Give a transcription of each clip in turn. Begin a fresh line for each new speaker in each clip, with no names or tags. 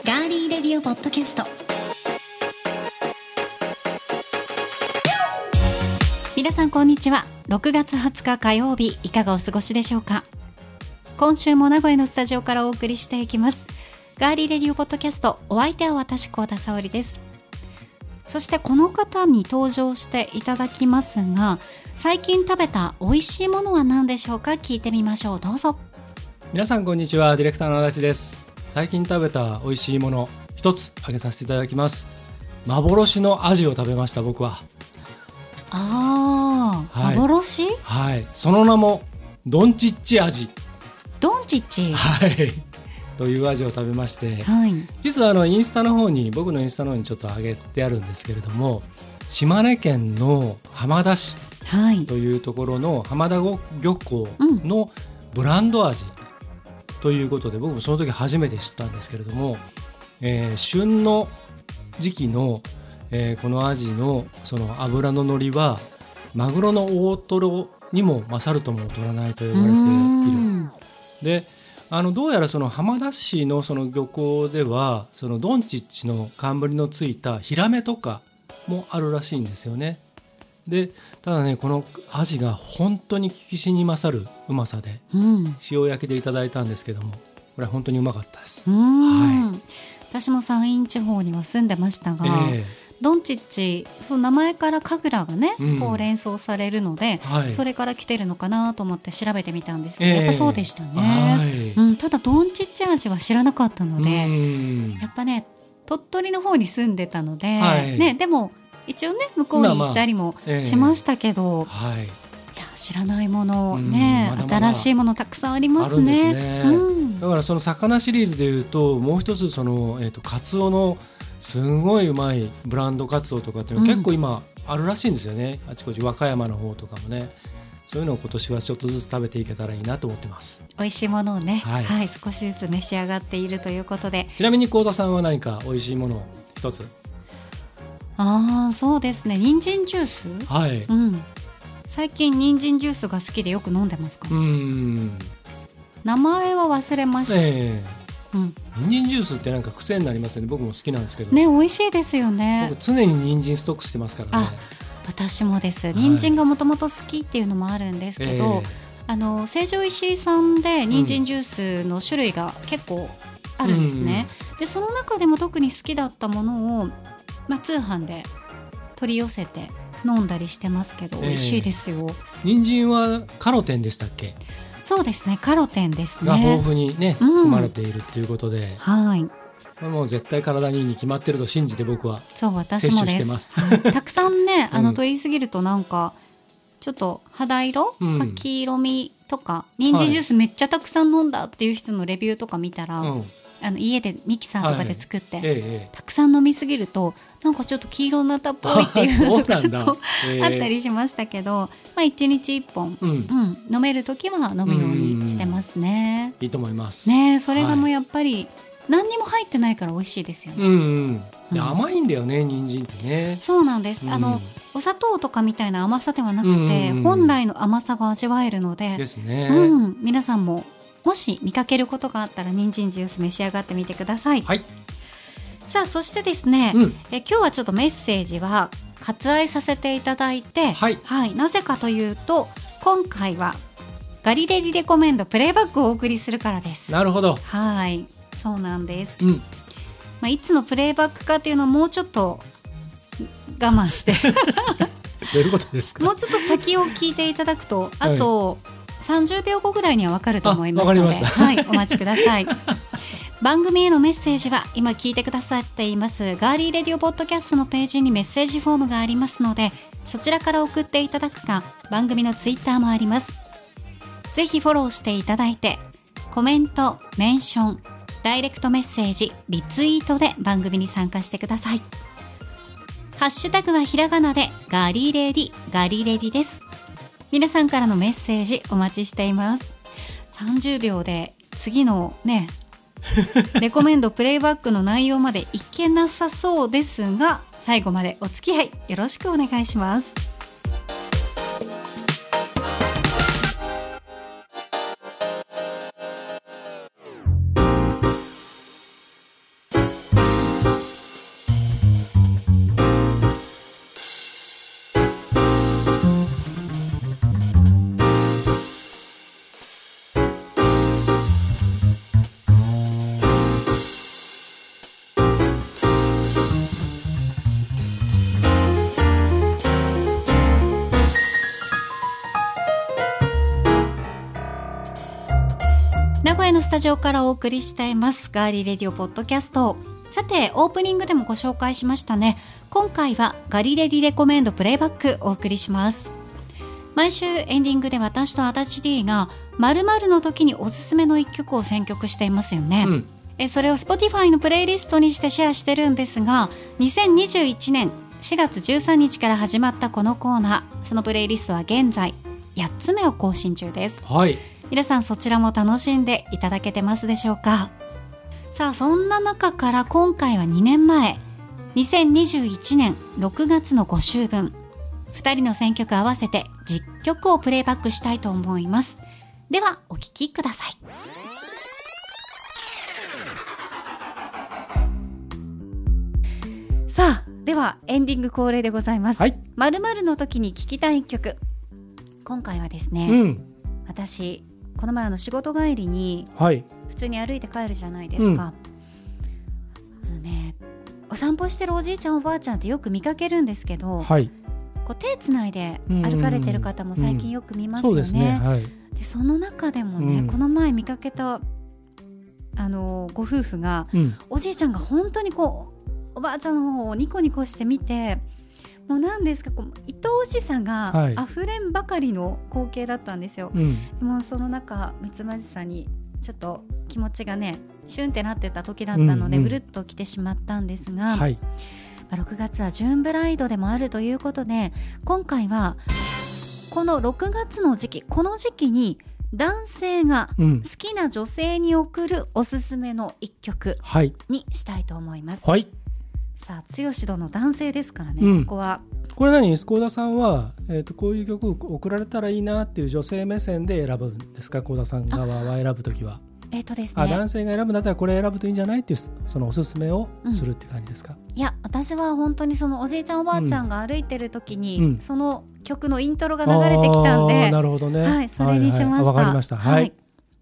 ディオポッドキャスト皆さんこんにちは6月20日火曜日いかがお過ごしでしょうか今週も名古屋のスタジオからお送りしていきますガーリーレディオポッドキャストお相手は私高田沙織ですそしてこの方に登場していただきますが最近食べた美味しいものは何でしょうか聞いてみましょうどうぞ
皆さんこんにちはディレクターの足立です最近食べた美味しいもの一つ挙げさせていただきます幻のアジを食べました僕は
ああ、
はい
幻
はいその名もドンチッチアジ
ドンチッチ
はいというアジを食べまして
はい
実はあのインスタの方に僕のインスタの方にちょっと上げてあるんですけれども島根県の浜田市
はい
というところの浜田漁港のブランド味ということで、僕もその時初めて知ったんですけれども、えー旬の時期の、えーこのアジのその脂の乗りはマグロの大トロにも勝るとも劣らないと言
う
われている。
ん
であのどうやらその浜田市のその漁港ではそのドンチッチの冠のついたヒラメとかもあるらしいんですよね。でただねこのアジが本当に効きしに勝るうまさで
うん
塩焼きでいただいたんですけどもこれは本当にうまかったです。
うん私も山陰地方には住んでましたが、
え
ドンチッチその名前から神楽がね、
うん
こう連想されるので
え、はい、
そ
れ
れから来てるのかなと思って調べてみたんですけど、やっぱそうでした
は
ね、
い、
うん、ただドンチッチ味は知らなかったので、
うん
やっぱね鳥取の方に住んでたので、
はい
ね、でも一応ね向こうに行ったりもしましたけど、
はい、
いや知らないもの
うん
ね、
まだまだ
新しいものたくさんあります
あ
ね。
るんですね
うん
だからその魚シリーズでいうともう一つその、えー、とカツオのすごいうまいブランドカツオとかっていう
う
の
ん
結構今あるらしいんですよね、あちこち和歌山の方とかもねそういうのを今年はちょっとずつ食べていけたらいいなと思ってます
美味しいものをね、は、
はいい
少しずつ召し上がっているということで、
ちなみに幸田さんは何か美味しいものを一つ
ああそうですね、人参ジュース、
はい、う
うん、最近人参ジュースが好きでよく飲んでますか、
ーん
名前は忘れました。
ええ
うん、
人参ジュースってなんか癖になりますよね僕も好きなんですけど、
ね美味しいですよね
僕。常に人参ストックしてますからね
あ私もです。
い
人参がもともと好きっていうのもあるんですけど、あの成城石井さんで人参ジュースの種類が結構あるんですね、でその中でも特に好きだったものを、まあ、通販で取り寄せて飲んだりしてますけど、
ええ
美味しいですよ
人参はカロテンでしたっけ
そうですねカロテンです
が豊
ね
富にね
うん
含まれているっていうことで、
はい
もう絶対体にいいに決まってると信じて僕は
そう私もで
摂取して
す
ます
はいたくさんね
うん
あの取りすぎるとなんかちょっと肌色、
うん
まあ黄色みとか人参ジュースめっちゃたくさん飲んだっていう人のレビューとか見たら、
うん
あの家でミキサーとかで作って、
ええ
たくさん飲みすぎるとなんかちょっと黄色になったっぽいっていう
そうなんだ
そう
ええ
あったりしましたけど、まあ、1日1本、
うん
うん、飲める時は飲むようにしてますね。
いいと思います
ねえそれがもう
はい
やっぱり何にも入ってないから美味しいですよね。
うんうんで
うん
甘いんだよね人参ってね
そうなんです、あ
う
の
ん
お砂糖とかみたいな甘さではなくて、
うん
本来の甘さが味わえるの
で
で、
すね、
うん、皆さんももし見かけることがあったら人参ジュース召し上がってみてください。
はい、
さあそしてですね、
うん、
え今日はちょっとメッセージは割愛させていただいて、
はい
なぜかというと今回はガリレディレコメンドプレイバックをお送りするからです。
なるほど
はいそうなんです、
うん
まあ、いつのプレイバックかっていうのをもうちょっと我慢して
どういうことですか
もうちょっと先を聞いていただくとあと30秒後ぐらいには分かると思いますので
あわかりまし
はい、お待ちくださ い番組へのメッセージは今聞いてくださっていますガーリーレディオポッドキャストのページにメッセージフォームがありますのでそちらから送っていただくか番組のツイッターもありますぜひフォローしていただいてコメント、メンション、ダイレクトメッセージ、リツイートで番組に参加してください。ハッシュタグはひらがなでガリレディ、ガリレディです。皆さんからのメッセージお待ちしています。30秒で次のね、 レコメンドプレイバックの内容までいけなさそうですが、最後までお付き合いよろしくお願いします。名古屋のスタジオからお送りしていますガーリーレディオポッドキャストさてオープニングでもご紹介しましたね今回はガリレディレコメンドプレイバックお送りします毎週エンディングで私と足立 D が〇〇の時におすすめの一曲を選曲していますよね、
うん
えそれを Spotify のプレイリストにしてシェアしてるんですが2021年4月13日から始まったこのコーナーそのプレイリストは現在8つ目を更新中です
はい
皆さんそちらも楽しんでいただけてますでしょうかさあそんな中から今回は2年前2021年6月の5週分2人の選曲合わせて10曲をプレイバックしたいと思いますではお聴きくださいさあではエンディング恒例でございます
はい
「まるの時に聴きたい曲今回はですね、
うん
私この前あの仕事帰りに
はい
普通に歩いて帰るじゃないですか、あのねお散歩してるおじいちゃんおばあちゃんってよく見かけるんですけど、
はい
こう手つないで歩かれてる方も最近よく見ますよね。そ
はい
でその中でもね、
うん
この前見かけたあのご夫婦が
うん
おじいちゃんが本当にこうおばあちゃんの方をニコニコして見てもう何ですかこう愛おしさ
は
が
い
溢れんばかりの光景だったんですよ。
うん
もうその中三つまじさんにちょっと気持ちがねシュンってなってた時だったので、
うんう
ぐ
ん
るっと来てしまったんですが、
はい
まあ6月はジューンブライドでもあるということで今回はこの6月の時期この時期に男性が
うん
好きな女性に送るおすすめの一曲
はい
にしたいと思います、
はい
さあ剛戸の男性ですからね、
うん
ここは
これ何幸田さんは、えー、とこういう曲を送られたらいいなっていう女性目線で選ぶんですか幸田さん側は選ぶときは
えっ、とです
あ、
ね
男性が選ぶんだったらこれ選ぶといいんじゃないっていうそのおすすめをするって感じですか、
いや私は本当にそのおじいちゃんおばあちゃんが歩いてる時に、
うん
その曲のイントロが流れてきたん
あー
で、
なるほどね
はいそれにしました。
はいはいわ、かりましたはい、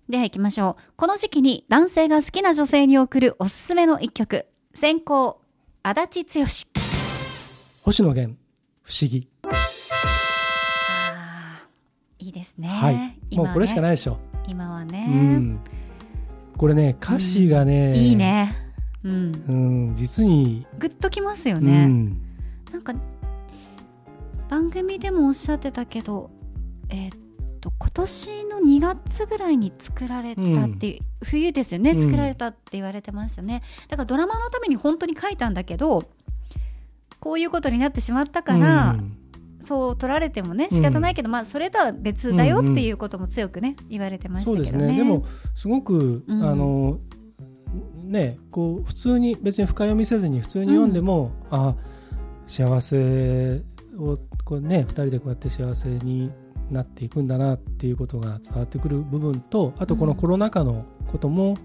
では行きましょう。この時期に男性が好きな女性に送るおすすめの一曲。先行足立剛。
星野源不思議、
あーいいですね。。
はいもうこれしかないいでしょ、
今は
う
ね、
んこれね歌詞がね、
いいね。うん。
うん実に
グッときますよ
う
ね。
ん
なんか番組でもおっしゃってたけど、えーっと今年の2月ぐらいに作られたっていう、冬ですよね
うん
作られたって言われてましたね、だからドラマのために本当に書いたんだけどこういうことになってしまったから、
うん
そう取られてもね仕方ないけど、まあそれとは別だよっていうことも強くね言われてまし
そう
た
で
け
す
どね。
ねでもすごく、
うん
あのねこう普通に別に深読みせずに普通に読んでも、あ幸せをこうね二人でこうやって幸せになっていくんだなっていうことが伝わってくる部分とあとこのコロナ禍のことも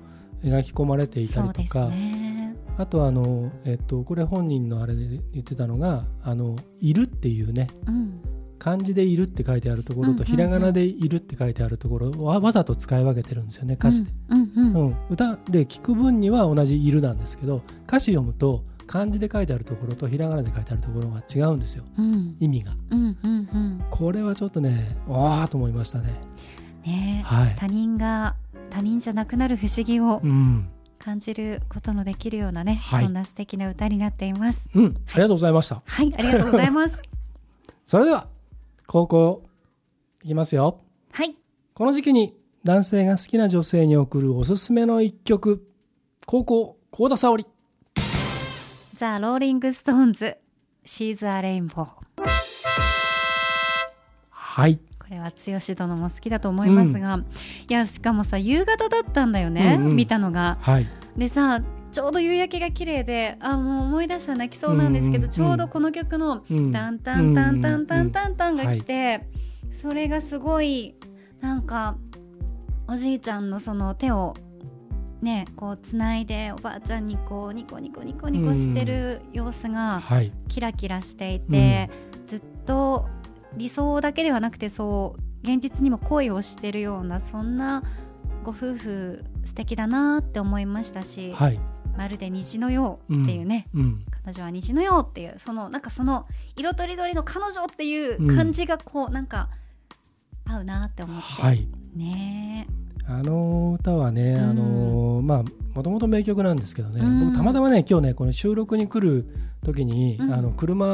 描き込まれていた
そ
り
う
と
です
か、
ね。
あとあの、えっと、これ本人のあれで言ってたのが「あのいる」っていうね
うん
漢字で「いる」って書いてあるとこ
う
ろ
んうんう
と
ん
ひらがなで「いる」って書いてあるところはわざと使い分けてるんですよね歌詞で。
うんうん
う
うん
ん歌で聞く分には同じ「いる」なんですけど歌詞読むと漢字で書いてあるところとひらがなで書いてあるところが違うんですよ
うん
意味が。
うんうん
これはちょっとねわあと思いましたね。
ね
はい、
他人が他人じゃなくなる不思議を
うん
感じることのできるようなね、
はい
そんな素敵な歌になっています
うん、ありがとうございました。
はいありがとうございます
それでは高校いきますよ。
はい
この時期に男性が好きな女性に送るおすすめの一曲高校高田沙織
ザ・ローリング・ストーンズシーズ・ア・レインボーこ
はい、
れは剛殿も好きだと思いますが、いやしかもさ夕方だったんだよね、
うんうん
見たのが
はい、
でさちょうど夕焼けが綺麗であもう思い出したら泣きそうなんですけど、
うんうん
ちょうどこの曲の
うん
タンタンタンタンタンタンタンが来て、それがすごいなんかおじいちゃんのその手をねこうつないでおばあちゃんにこうニコニコニコニコしてる様子が
はい、
キラキラしていて、ずっと理想だけではなくてそう現実にも恋をしてるようなそんなご夫婦素敵だなって思いましたし、
はい、
まるで虹のようっていうね、
うん、
彼女は虹のようっていうそのなんかその色とりどりの彼女っていう感じがこう、なんか合うなって思って、
はい、
ねえ
あの歌はね、
ん
あのまあもともと名曲なんですけどね、
うん
僕たまたまね今日ねこの収録に来る時に、
うん
あの車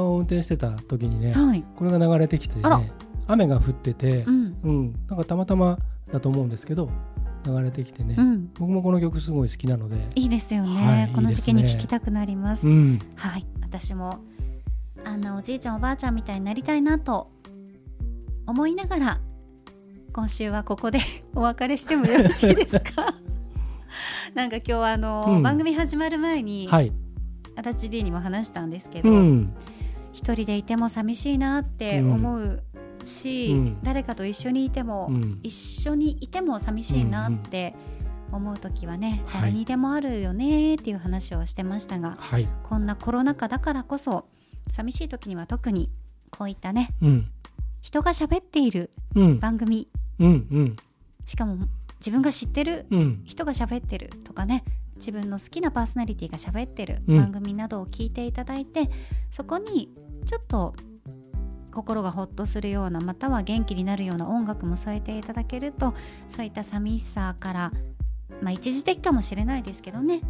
を運転してた時にね、
はい。
これが流れてきて、ね
あら、
雨が降ってて
う、ん。
うんなんかたまたまだと思うんですけど流れてきてね、
うん。
僕もこの曲すごい好きなので、
いいですよね。
はい
この時期
い
に
いです
聞
ね
きたくなります。
うん、
はい。私もあのおじいちゃんおばあちゃんみたいになりたいなと思いながら今週はここで お別れしてもよろしいですか。 なんか今日はあの、
うん
番組始まる前に、
はい、
足立 D にも話したんですけど、
うん、
一人でいても寂しいなって思うし、
うんうん
誰かと一緒にいても、
うん、
一緒にいても寂しいなって思う時はね、
はい
誰にでもあるよねっていう話をしてましたが、
はい、
こんなコロナ禍だからこそ寂しい時には特にこういったね
うん、
人が喋っている
うん、
番組
うん、うん、
しかも自分が知ってる
うん、
人が喋ってるとかね自分の好きなパーソナリティが喋ってる
うん
番組などを聞いていただいて、そこにちょっと心がほっとするようなまたは元気になるような音楽も添えていただけるとそういった寂しさから、まあ、一時的かもしれないですけどね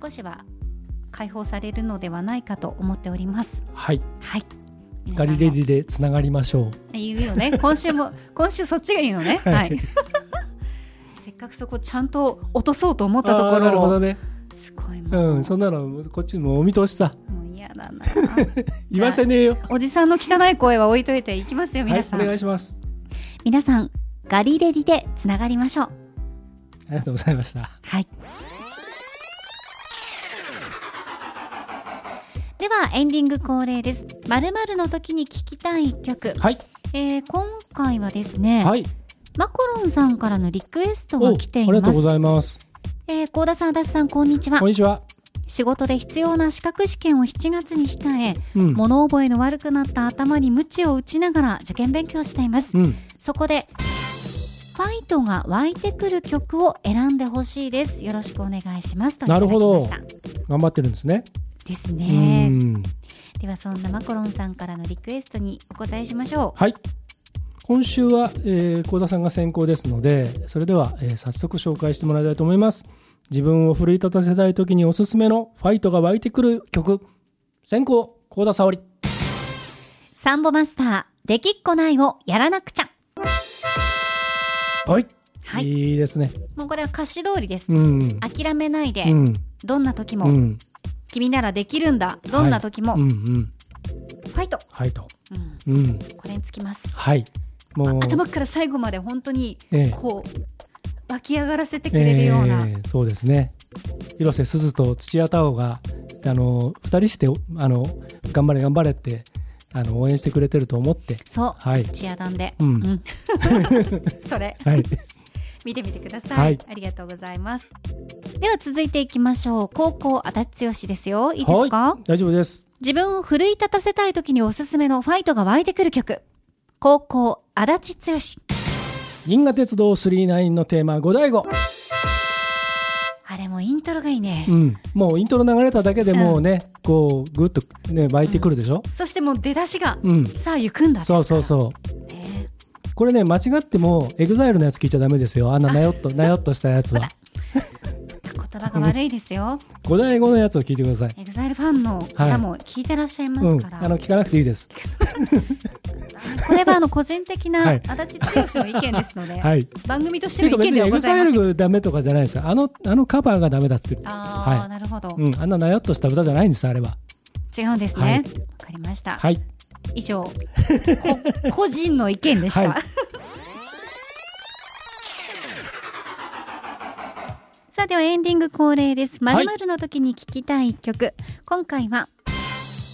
少しは解放されるのではないかと思っております。
はい、
はい
ガリレディでつながりましょう。
言うよ ね今週も今週そっちがいいのね、はい
は
せっかくそこちゃんと落とそうと思ったと
あ
こ
ーなる
ろ
ほ
を
どね。
すごいもう,、
うん、そんなのこっちもお見通しさ、
もう嫌だな
言わせねえよ。
おじさんの汚い声は置いといていきますよ
は
皆
い、
さ
お
ん、
願いします。
皆さんガリレディでつながりましょう
ありがとうございました。
はいではエンディング恒例ですまるまるの時に聞きたい一曲、
はい、
えー、今回はですね、
はい、
マコロンさんからのリクエスト
お
が
あ
来てい
りがと
ま
うご
す
ざいます。
えー、高田さん足立さんこんにちは
こんにちは。
仕事で必要な資格試験を7月に控え
うん、
物覚えの悪くなった頭に鞭を打ちながら受験勉強しています
うん、
そこでファイトが湧いてくる曲を選んでほしいですよろしくお願いしますといただきました
な頑張ってるんですね。
です
う
ね
ん、
ではそんなマコロンさんからのリクエストにお答えしましょ
はい。今週は、えー、高田さんが先行ですので、それでは、えー早速紹介してもらいたいと思います。自分を奮い立たせたい時におすすめのファイトが湧いてくる曲。先行、高田沙織。
うサンボマスターできっこないをやらなくちゃ
はい。
はい
いいですね。
もうこれは歌詞通りです
うん。
諦めないで、
うん。
どんな時も、
うん。
君ならできるんだどんな時も、
うんうん。
ファイト、
ファイト。
うん、
うん。
これにつきます
はい。もう。
頭から最後まで本当に
ええ
こう湧き上がらせてくれるような、
えーそうですね広瀬すずと土屋太鳳があの2人してあの頑張れ頑張れってあの応援してくれてると思って
そ
はい、
うチアダンで、
うん
それ
はい、
見てみてください、
はい
ありがとうございますでは続いていきましょう高校足立剛ですよいいですか
大丈夫です
自分を奮い立たせたい時におすすめのファイトが湧いてくる曲高校足立剛
銀河鉄道999のテーマ五大五、
あれもイントロがいいね、
うん、もうイントロ流れただけでもうね、こうグッとね湧いてくるでしょ
そしてもう出だしが、
うん、
さあ行くんだですか
そ
ら
うそうそう
ね
これね間違ってもエグザイルのやつ聞いちゃダメですよあんななよっとなよっとしたや つは
言葉が悪いですよ
五大五のやつを聞いてください、
エグザイルファンの方も聞いてらっしゃいま
う
す
ん、
から、
あの聞かなくていいです
これはあの個人的な
は
足
い
立剛の意見ですので、
はい
番組として
ていう
の
か
意見
別に
では
エ
ご
グ
ざい
ザ
ませ
イル
ん。
がダメとかじゃないですよあのあのカバーがダメだっつって
ああ、
はい
なるほど、
うん、あんななよっとした歌じゃないんですあれは
違うんですね。わ、
はい
かりました。
はい
以上、こ 個人の意見でした。
はい
さあではエンディング恒例です。まるまるの時に聞きたい一曲、今回は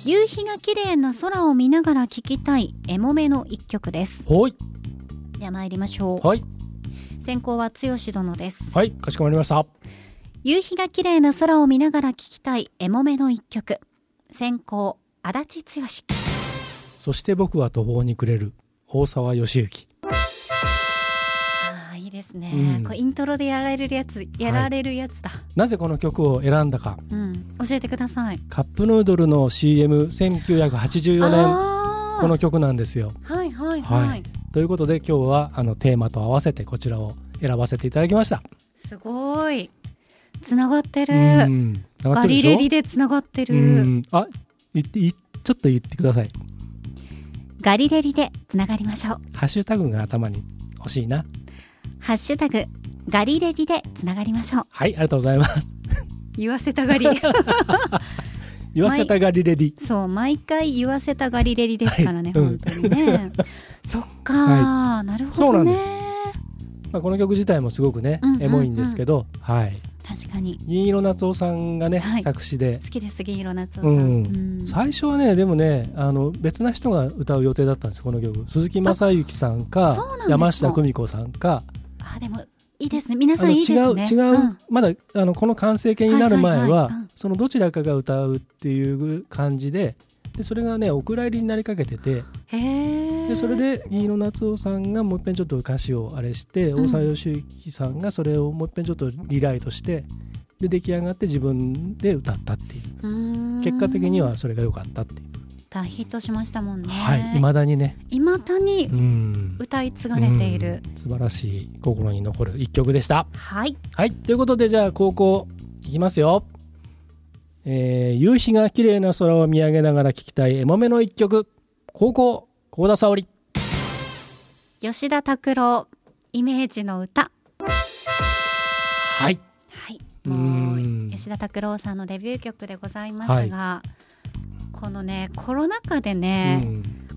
夕日が綺麗な空を見ながら聞きたいエモめの一曲です。
ほい
では参りましょう。
はい
先行は剛殿です。
はいかしこまりました
夕日が綺麗な空を見ながら聞きたいエモめの一曲先行足立剛
そして僕は途方に暮れる大沢義行
ああいいですね、
うん
これイントロでやられるやつやられるやつだ、
なぜこの曲を選んだか
うん教えてください
カップヌードルの CM1984 年
ああ
この曲なんですよ
はいはいはい、
はいということで今日はあのテーマと合わせてこちらを選ばせていただきました。
すごいつながってる
うん、上が
ガ
ってる
リ
でしょ
レディでつながって
う
る
ん、あ、いっていちょっと言ってください。
ガリレディでつながりましょう
ハッシュタグが頭に欲しいな。
ハッシュタグガリレディでつながりましょう
はい、ありがとうございます。
言わせたが り
言わせたがりレディ。
そう毎回言わせたがりレディですからね、
はい
本当にねそっか、なる
そ
ほ
う
ど
なん
ね
ですまあ、この曲自体もすごくね、
うんうんうん
エモいんですけど、はい。
確かに
銀色夏夫さんがね、
はい
作詞で
好きです銀色夏夫さん、
うん
うん
最初はねでもねあの別な人が歌う予定だったんですこの曲鈴木雅之さん
あ
か
そうなんですか
山下久美子さんか
あでもいいですね皆
あ
さ
の
んいいです
違う
ね
違う、
うん
まだあのこの完成形になる前は,、
はいはいはいうん
そのどちらかが歌うっていう感じででそれがねお蔵入りになりかけてて
へえ
でそれで飯野夏夫さんがもう一遍ちょっと歌詞をあれして、
うん
大沢良之さんがそれをもう一遍ちょっとリライトしてで出来上がって自分で歌ったっていう結
結
果的にはそれが良かったっていう、
大ヒットしましたもんね、
はい未だにね
いまだに
うん
歌い継がれている、
うん素晴らしい心に残る一曲でした
はい
はいということでじゃあ高校いきますよ、えー夕日が綺麗な空を見上げながら聴きたいエモめの一曲高校高田沙織
吉田拓郎イメージの歌
はい
はい、
うー
も
ん
う吉田拓郎さんのデビュー曲でございますが、このねコロナ禍でね、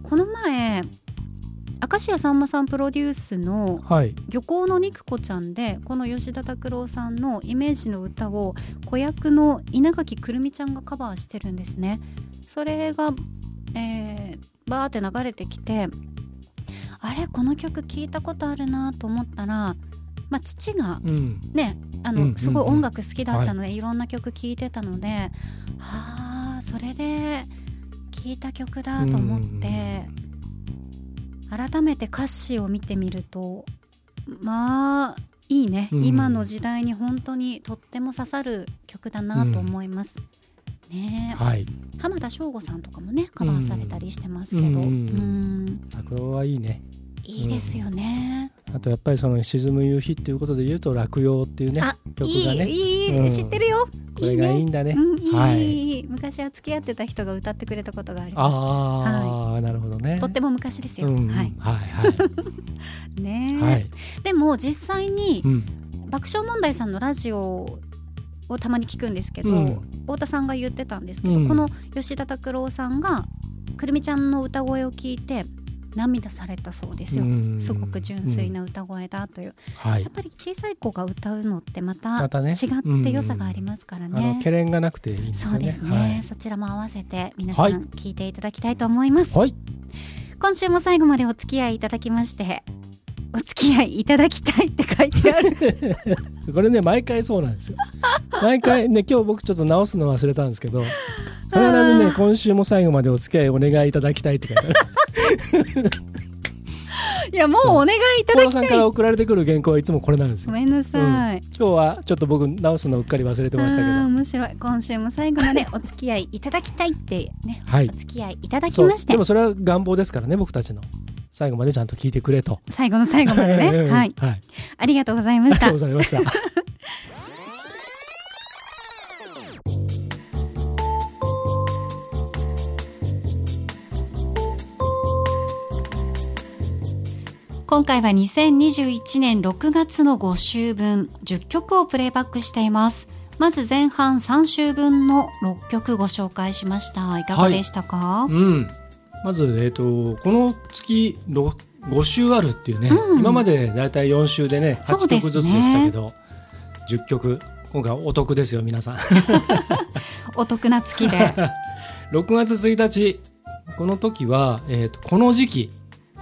この前明石家さんまさんプロデュースの
はい
「漁港の肉子ちゃんで」この吉田拓郎さんのイメージの歌を子役の稲垣くるみちゃんがカバーしてるんですね。それが、えーバーって流れてきてあれこの曲聞いたことあるなと思ったら、まあ、父が
うん
ねあ
うん
の、
うんうん
すごい音楽好きだったので、い、ろんな曲聴いてたので、ああそれで聴いた曲だと思って、改めて歌詞を見てみるとまあいいね、
うん
今の時代に本当にとっても刺さる曲だなと思います。ねえ
はい
浜田省吾さんとかもねカバーされたりしてますけど、
う
うんん
うん拓郎はいいね
いいですよね。
あとやっぱりその沈む夕日っていうことで言うと落葉っていうね
あ
曲が
いい、
ね
いい、
うん
知ってるよ。
これがいいんだね
うん、いい、
はい
いい昔は付き合ってた人が歌ってくれたことがありま
ああ、なるほどね
す。とっても昔ですよ。
うんうん
はい。
はい
ねえ、
は いはい
でも実際に
うん
爆笑問題さんのラジオをたまに聞くんですけど、
うん
太田さんが言ってたんですけど、
うん
この吉田拓郎さんがくるみちゃんの歌声を聞いて涙されたそうですよ。
うん
すごく純粋
うん
な歌声だという、
はい
やっぱり小さい子が歌うのってまた
またね
違って良さがありますから
あの
ね。
けれんがなくていいんです
そ
よ
うで
ね
すね、
はい
そちらも合わせて皆
は
さ
い
ん聞いていただきたいと思います、
はい
今週も最後までお付き合いいただきましてお付き合いいただきたいって書いてあ る
これね毎回そうなんですよ毎回ね今日僕ちょっと直すの忘れたんですけど必ずね今週も最後までお付き合いお願いいただきたいって書いてあ る
いやもうお願いいた
小
だ
野
き
さん
た
か
い
ら送られてくる原稿はいつもこれなんです
ご
よ
めんなさい、
今日はちょっと僕直すのうっかり忘れてましたけど
あー面白い今週も最後までお付き合いいただきたいってね
はい
お付き合いいただき
そう
まして
でもそれは願望ですからね僕たちの最後までちゃんと聞いてくれと
最後の最後までね
うん
はい
はい、
ありがとうござい
あ
ま
りが
し
とう
た
ございました
今回は2021年6月の5週分10曲をプレイバックしていますまず前半3週分の6曲ご紹介しましたいかがでしたか、
うん、まず、えー、とこの月ろ5週あるっていうね、
うん
今までだいたい4週でね
そ
8
うです
曲
ね
ずつでしたけど、10曲今回お得ですよ皆さん
お得な月で
6月1日この時は、えー、とこの時期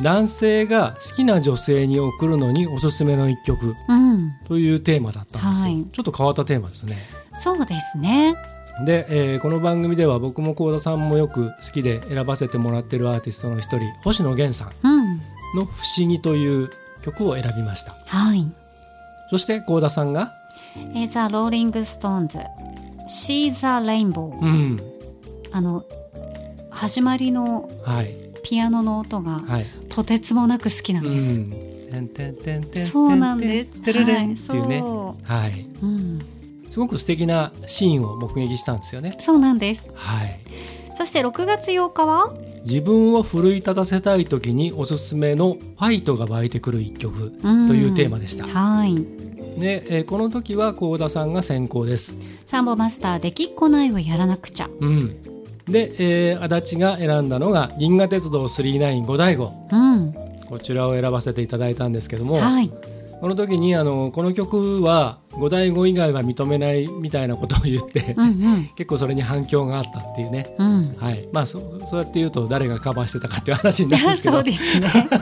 男性が好きな女性に送るのにおすすめの一曲
うん
というテーマだったんですよ、
はい
ちょっと変わったテーマですね
そうですね
で、えーこの番組では僕も幸田さんもよく好きで選ばせてもらってるアーティストの一人星野源さん
うん
の「不思議」という曲を選びました
はい
そして幸田さんが、
えーザ・ローリング・ストーンズ「シーザ・レインボー」
うん
あの始まりの
はい
ピアノの音が
はい
とてつもなく好きなん
う
です、
ん、
てんてんてんてん
そうなんです
てんてんてれれ
は
ん
い
っていうね
そ
はい、
うん、
すごく素敵なシーンを目撃したんですよね
そうなんです
はい
そして6月8日は
自分を奮い立たせたい時におすすめのファイトが湧いてくる一曲
と
というテーマでした、
はい
で、えーこの時は幸田さんが先行です
サンボマスターできっこないをやらなくちゃ
うんで、えー、足立が選んだのが「銀河鉄道995第5
うん」
こちらを選ばせていただいたんですけども、
はい
この時にあのこの曲は5第5以外は認めないみたいなことを言って、
うん
結構それに反響があったっていうね
うんうん
はいまあそそうやって言うと誰がカバーしてたかっていう話になるんですけど
そうですね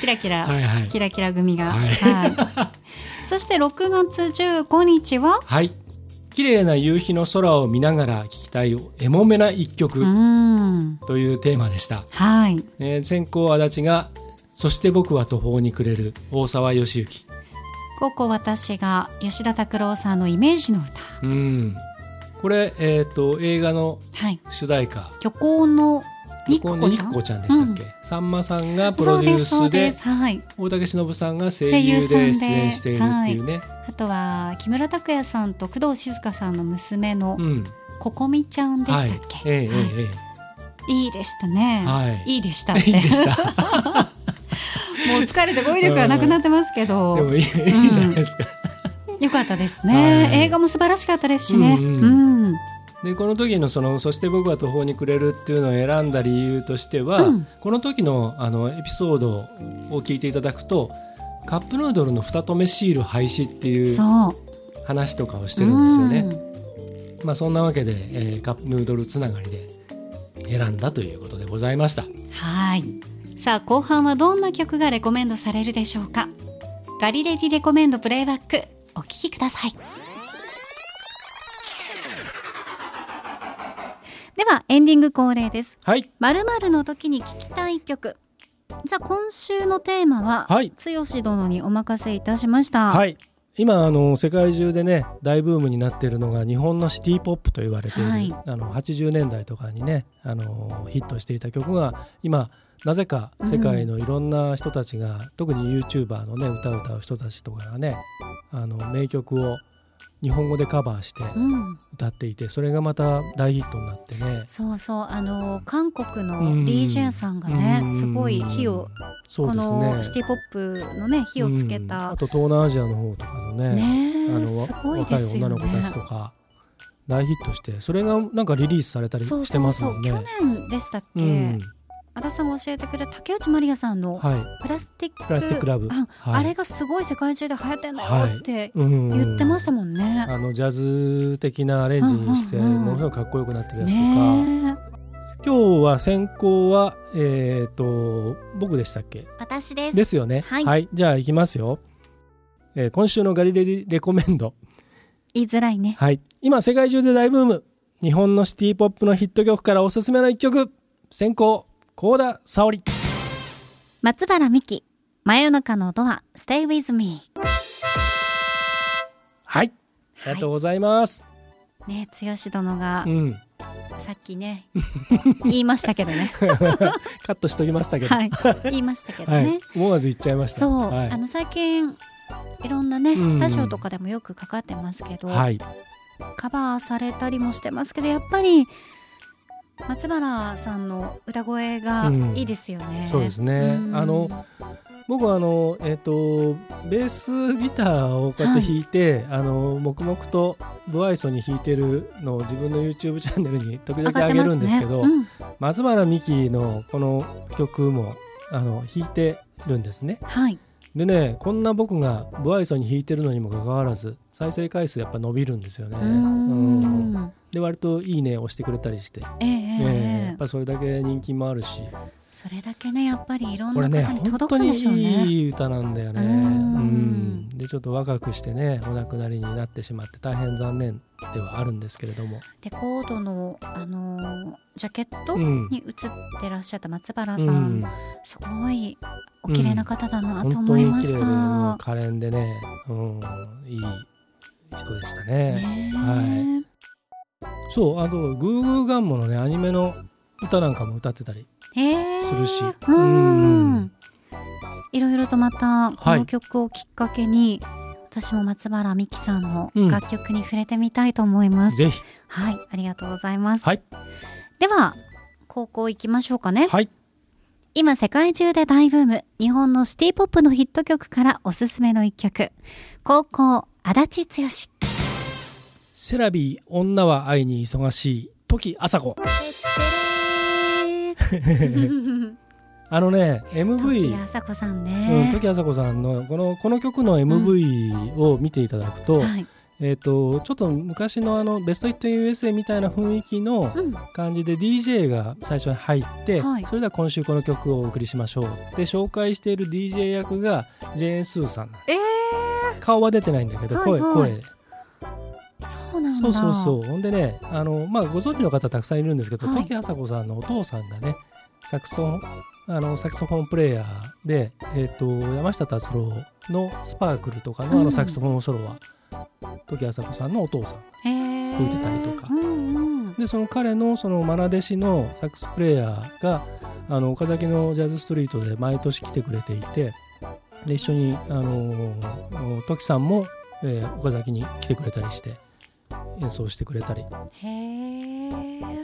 キラキラ、
はいはい
キラキラ組が
はい
はいそして6月15日は
はい綺麗な夕日の空を見ながら聴きたいエモめな一曲
うん
というテーマでした、
はい
えー先行足立が「そして僕は途方に暮れる」大沢義行
ここ私が吉田拓郎さんのイメージの歌
うんこれ、えー、と映画の
はい
主題歌
虚構のニッ
こ
コ
の
コ
ニ
ちゃ
ッ
ん
コちゃんでしたっけ、さんまさんがプ
そ
ロ
う
デュ
です
ー
そう
スで
ですはい
大竹しのぶさんが声優で出演しているっていうね、
あとは木村拓哉さんと工藤静香さんの娘の
うん
ここみちゃんで
は
し
い
たっけ、
えええ
はい
ええ
いいでしたね、
えはい
い、いでしたっ
い
て
いでした。
もう疲れて語彙力がなくなってますけど、
でもいい,、いいじゃないですか。
よかったですね、
はい
映画も素晴らしかったですしね、う
うんんでこの時のその「そして僕は途方に暮れる」っていうのを選んだ理由としては、
うん
この時のあのエピソードを聞いていただくとカップヌードルの蓋止めシール廃止っていう
そう
話とかをしてるんですよね。
うん
まあ、そんなわけで、えーカップヌードルつながりで選んだということでございました。
はいさあ後半はどんな曲がレコメンドされるでしょうかガリレディレコメンドプレイバックお聴きくださいではエンディング恒例です
はい、
まるまるの時に聞きたい曲。じゃあ今週のテーマは、
はい
剛殿にお任せいたしました。。
はいい今あの世界中でね大ブームになっているのが日本のシティ・ポップと言われている、
はい
あの80年代とかにねあのヒットしていた曲が今なぜか世界のいろんな人たちが、特に YouTuber のね歌を歌う人たちとかがねあの名曲を日本語でカバーして
うん、
歌っていてそれがまた大ヒットになってね
そうそうあの韓国の
うん
DJ さんがね、
うん
すごい火を、
そう
こ
です
のシテ
ね
ィポップのね火をつけ
うんあ
た、
と東南アジアの方とかのね
ね
あ
え
の
すごい
若
で
い
す
女
よ
の
ね
子たちとか大ヒットしてそれがなんかリリースされたり
そう
して
そう
ます
そ
も
うん去
ね。
年でしたっけ、
うん、
足田さんが教えてくれた竹内まりやさんの
はい、
プラスティック,、
プラスティックラブ
あ
はい
あれがすごい世界中で流行ってんだよって
うん
言ってましたもんね。
あのジャズ的なアレンジにして
うんうんうん
ものすごくかっこよくなってるやつとか、
ねえ
今日は先行はえっ、と僕でしたっけ
私です
ですよね
はい
じゃあ行きますよ、えー今週のガリレリレコメンド
言いづらいね
はい今世界中で大ブーム日本のシティポップのヒット曲からおすすめの一曲先行高田沙織
松原美希真夜中のドア Stay with me
はいありがとうございます、
ねえ剛殿が
うん
さっきね言いましたけ どね
カットしときましたけど
はい言いましたけど
は
ね、
い思わず言っちゃいました
そう、
はい
あの最近いろんなね、
うん
ラジオとかでもよくかかってますけど、
はい
カバーされたりもしてますけどやっぱり松原さんの歌声が
うん
いいですよね、
そうですね
うん
あの僕はあのえっ、とベースギターをこうやって弾いて、あの黙々と無愛想に弾いてるのを自分の YouTube チャンネルに時
上
々
が
上
って
げ
ま
る
す
んです
ね
けど
うん
松原美希のこの曲もあの弾いてるんですね
はい
でねこんな僕が無愛想に弾いてるのにもかかわらず再生回数やっぱ伸びるんですよね
うーん
うんで割と「いいね」押してくれたりして、
えええ
え
え
え
え
や
え
っぱりそれだけ人気もあるし
それだけねやっぱりいろん
これ
な
ね
方に
本
届
当
くん
に
でしょうね
いい歌なんだよね。
う
うんんでちょっと若くしてねお亡くなりになってしまって大変残念ではあるんですけれども、
レコードの、あのージャケット
うん
に写ってらっしゃった松原
う
さん、
ん、
すごいお綺麗な方だな
本
と
当
思い
に
ま
綺
し
麗で
た、
もう可憐でね、うん、いい人でしたね。
ねえ
はそうあとグーグーガンモのねアニメの歌なんかも歌ってたり
ええ
するし、
うん、
うん
いろいろとまたこの曲をきっかけに、私も松原美樹さんの楽曲に触れてみたいと思います。
ぜひ
はい、ありがとうございます。
はい
では、高校行きましょうかね。
はい
今世界中で大ブーム日本のシティポップのヒット曲からおすすめの一曲高校足立 剛
セラビー女は愛に忙しい時朝子あのね
時
MV
朝子さん
うん、
ね、
時朝子さんのこのこの曲の MV を見ていただくと,、
はい、
えー、とちょっと昔のあのベストヒット USA みたいな雰囲気の
うん、
感じで DJ が最初に入って、
はい
それでは今週この曲をお送りしましょうで紹介している DJ 役がジェーン・スーさんなの
え
顔は出てないんだけど声、
はいはい
声
ー、そうなんだ
そうそうそうほんでねあの、まあ、ご存知の方たくさんいるんですけど、
はい
時朝子さんのお父さんがねサクソンあのサクソフォンプレーヤーで、えー、と山下達郎の「スパークル」とかのあ
う
の
ん
サクソフォンソロは、時朝子さんのお父さん
えー、
吹いてたりとか
うんうん、
でその彼のその愛弟子のサックスプレーヤーがあの岡崎のジャズストリートで毎年来てくれていてで一緒にあのートキさんも、えー岡崎に来てくれたりして演奏してくれたり
へー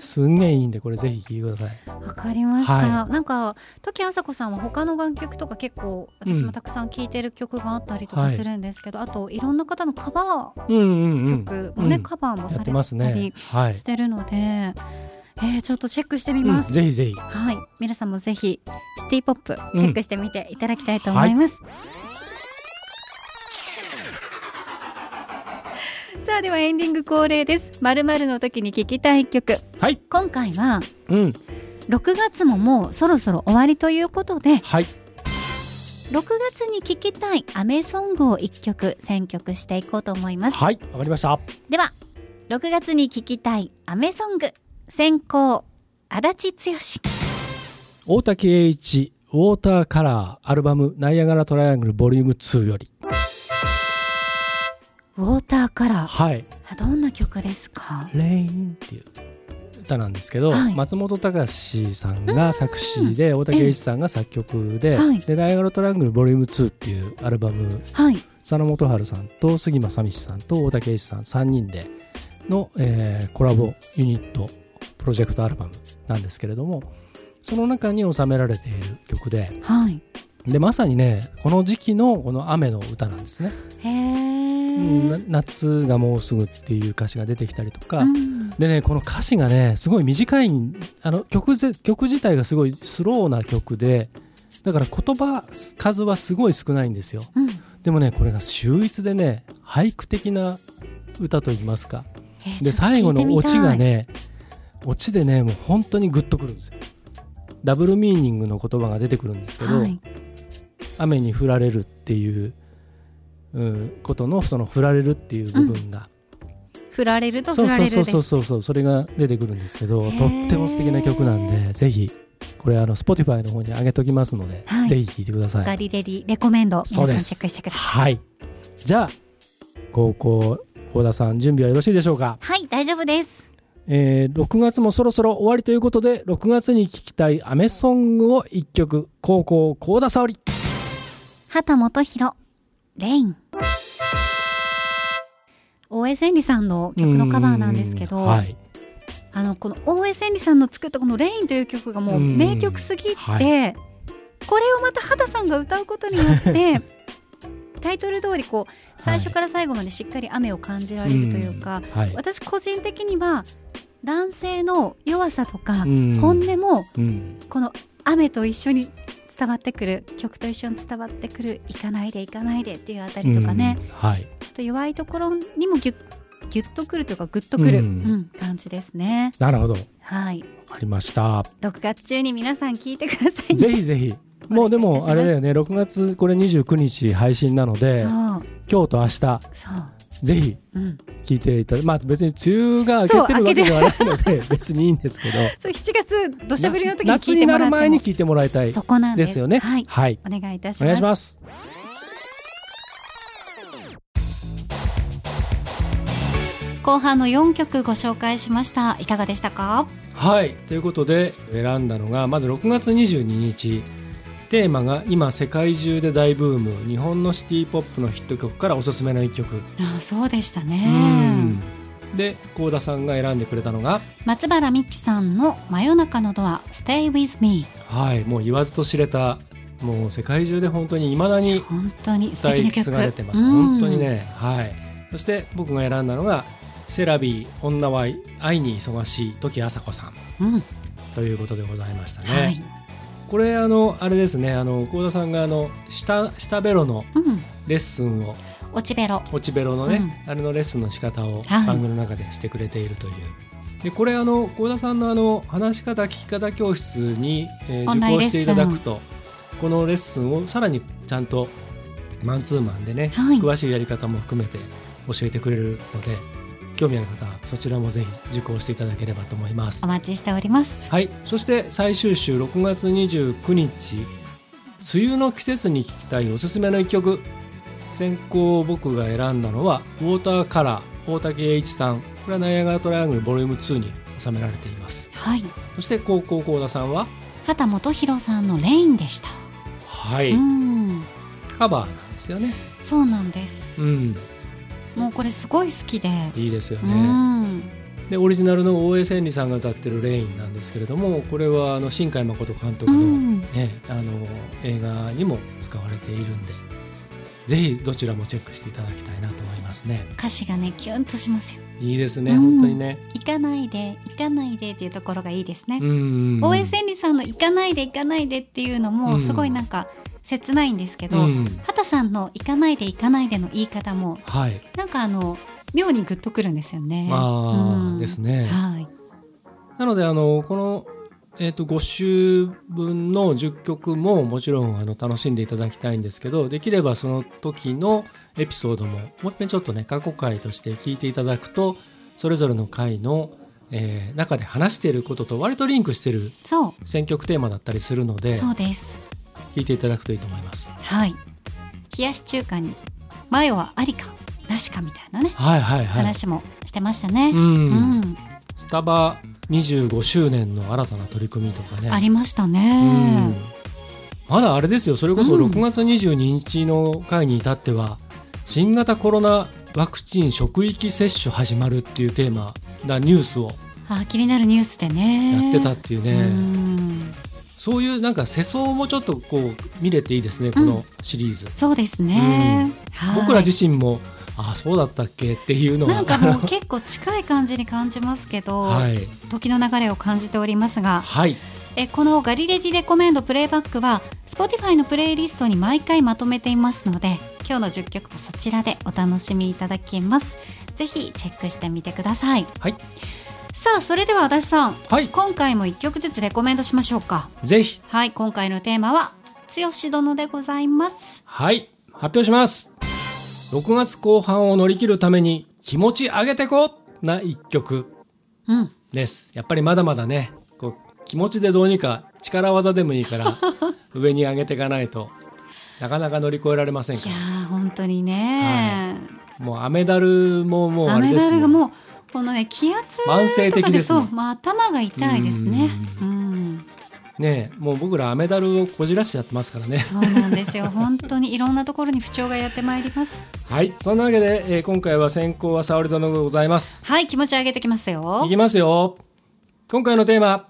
すんげえいいんでこれぜひ聴いてください
わかりました、
は
なんか時朝子さんは他の楽曲とか結構
うん
私もたくさん聴いてる曲があったりと
は
か
い
するんですけど、あといろんな方のカバー
うんうんうん
曲もね、
うん
カバーも
や
さ
って
れ
ます
た
ね
り
はい
し、てるので、えーちょっとチェックしてみ
う
ま
ん、
す、
ぜひぜひ
はい皆さんもぜひシティポップチェックしてみていただきたいと思います、さあではエンディング恒例ですまるまるの時に聞きたい曲
はい
今回は
うん
6月ももうそろそろ終わりということで
はい
6月に聞きたいアメソングを1曲選曲していこうと思います
はいわかりました
では6月に聞きたいアメソング先行足立剛
大滝栄一ウォーターカラーアルバム「ナイアガラトライアングルボリューム2より
ウォーターカラー
はい
あどんな曲ですか
レインっていう歌なんですけど、
はい
松本隆さんが作詞で大竹栄一さんが作曲で「
はい
でダイアガラトライアングルボリューム2っていうアルバム
はい
佐野元春さんと杉間美史さんと大竹栄一さん3人での、えーコラボユニットプロジェクトアルバムなんですけれどもその中に収められている曲で
はい
でまさにねこの時期のこの雨の歌なんですね。
へ
うんな
ー
夏がもうすぐっていう歌詞が出てきたりとか、
うん
でねこの歌詞がねすごい短いんあの曲ぜ曲自体がすごいスローな曲でだから言葉数はすごい少ないんですよ
うん
でもねこれが秀逸でね俳句的な歌といいますか
えーちょっと聞いてみた
で
い
最後のオチがねオチでねもう本当にグッとくるんですよダブルミーニングの言葉が出てくるんですけど、
はい
雨に降られるっていう、うん、ことのその降られるっていう部分が、
振られると振
そう
ら
そ
れ
う
るで
そう
す
そうそうそうそれが出てくるんですけど
へ
とっ
ー
ても素敵な曲なんでぜひこれあの Spotify の方に上げときますので、
はい
ぜひ聴いてくださ
ガ
い
リレディレコメンド
そう
皆さ
で
ん
す
チェックしてください
はいじゃあ高校高田さん準備はよろしいでしょうか、
はい大丈夫です
えー、6月もそろそろ終わりということで6月に聴きたいアメソングを1曲高校高田沙織
畑元博レイン大江千里さんの曲のカバーなんですけど、
うんはい、
あのこの大江千里さんの作ったこの「レインという曲がもう
うん
名曲すぎて、
は
これをまた畑さんが歌うことによって タイトル通りこう最初から最後までしっかり雨を感じられるというか、
はい
私個人的には男性の弱さとか
うん
本音も
うん
この雨と一緒に伝わってくる曲と一緒に伝わってくる「行かないで行かないで」っていうあたりとかね、
うんはい
ちょっと弱いところにもぎゅぎゅっとくるというかぐっとくる、
う
うんん感じですね。
なるほどわ
はい
かりました
6月中に皆さん聞いてくださいね。
ぜひぜひ。もうで
お願いいたしま
も
す
あれだよね、6月これ29日配信なので、
そう
今日と明日
そう、
ぜひ
うん、
聞いていただまあ別に梅雨が明けてるわけではないの で、別にいいんですけど、
そう7月土砂降りの時に聞
夏
い
に
ても
な
ら
る
って
前に
も
聞いてもらいたい
そこなんで
ですすよね。
はい、
はい、
お願いいたし
お
ま
願い
す。
します。
後半の4曲ご紹介しました。いかがでしたか？
はいということで選んだのがまず6月22日
テーマが今世界中で大ブーム日本のシティ・ポップのヒット曲からおすすめの一曲、
あそうでしたね
うんで幸田さんが選んでくれたのが
松原みちさんの「真夜中のドア Stay with me
はいもう言わずと知れたもう世界中で本当にいまだ」に
本当に素
歌
敵ない曲
継がれてます
うん
本当にねはいそして僕が選んだのがセラビー女は愛に忙しい時朝子さん
うん
ということでございましたね、
はい、
これあのあれですねあの幸田さんがあの下下ベロの
うん、
レッスンを
落ちべろ
落ちベロのね、あれのレッスンの仕方を
はい
番組の中でしてくれているという。でこれあの幸田さんのあの話し方聞き方教室に、えー
オンラインレッスン
受講していただくとこのレッスンをさらにちゃんとマンツーマンでね、
はい
詳しいやり方も含めて教えてくれるので興味ある方はそちらもぜひ受講していただければと思います
お。待ちしております
はい、そして最終週6月29日梅雨の季節に聴きたいおすすめの一曲先行僕が選んだのは「ウォーターカラー」大竹栄一さんこれは「ナイアガラトライアングルボリューム2に収められています
はい
そして高校幸田さんは
畑元博さんのレインでした、
は
う
い
ん
カバーなんですよね
そうなんです
うん
もうこれすごい好きで、
いいですよ
う
ね
ん
でオリジナルの大江千里さんが歌ってる「レイン」なんですけれどもこれはあの新海誠監督
う
の、
ん
ね、あの映画にも使われているんでぜひどちらもチェックしていただきたいなと思いますね
歌詞がねキュンとしますよ
いいですね、
うん
本当にね
行かないで行かないでっていうところがいいですね、
うん
大江千里さんの行かないで行かないでっていうの
う
も
ん
すごいなんか切ないんですけど、
うん
畑さんの行かないで行かないでの言い方も
はい、
なんかあの妙にグッとくるんですよね。
あ
う
あ
ん
ですね
はい。
なのであのこのえー、と5週分の10曲ももちろんあの楽しんでいただきたいんですけどできればその時のエピソードももう一遍ちょっとね過去回として聞いていただくとそれぞれの回の、えー中で話していることと割とリンクしてる
そ
選曲テーマだったりするの
う、
で
そうです。
聞いていただくといいと思います。
はい。冷やし中華にマヨはありかなしかみたいなね、
はいはいはい。
話もしてましたね。
う、
うんん、
スタバ25周年の新たな取り組みとかね。
ありました
うん
ね。
まだあれですよ。それこそ
うん
6月22日の回に至っては、新型コロナワクチン職域接種始まるっていうテーマなニュースを
あ、気になるニュースでね。
やってたっていうね。
うん
そういうなんか世相もちょっとこう見れていいですね。このシリーズ。
そうですね。はい
僕ら自身もああそうだったっけっていうのは。
なんかもう結構近い感じに感じますけど、
はい
時の流れを感じておりますが、
はい。
えこの「ガリレディレコメンドプレイバックは」Spotify のプレイリストに毎回まとめていますので今日の10曲とそちらでお楽しみいただけますぜひチェックしてみてください
はい
さあそれでは足立さん
はい。
今回も1曲ずつレコメンドしましょうか
ぜひ。
はい今回のテーマは「剛殿」でございます
はい。発表します。6月後半を乗り切るために気持ち上げてこうな一曲
うん
です。やっぱりまだまだね、こう気持ちでどうにか力技でもいいから 上に上げていかないとなかなか乗り越えられません
い
か
やー本当にね、
ら。もう雨だるももうあ
ア
れ
メ
です
ダル
ね
がもうこのね気圧とか
慢性的です
そ
ね
う、まあ、頭が痛いですね
う
うん
ねえもう僕ら雨だるをこじらしちゃってますからね。
そうなんです よ。本当にいろんなところに不調がやってまいります。
はい。そんなわけで、えー今回は先行は沙織殿でございます。
はい、気持ち上げてきますよ
い。きますよ。今回のテーマ、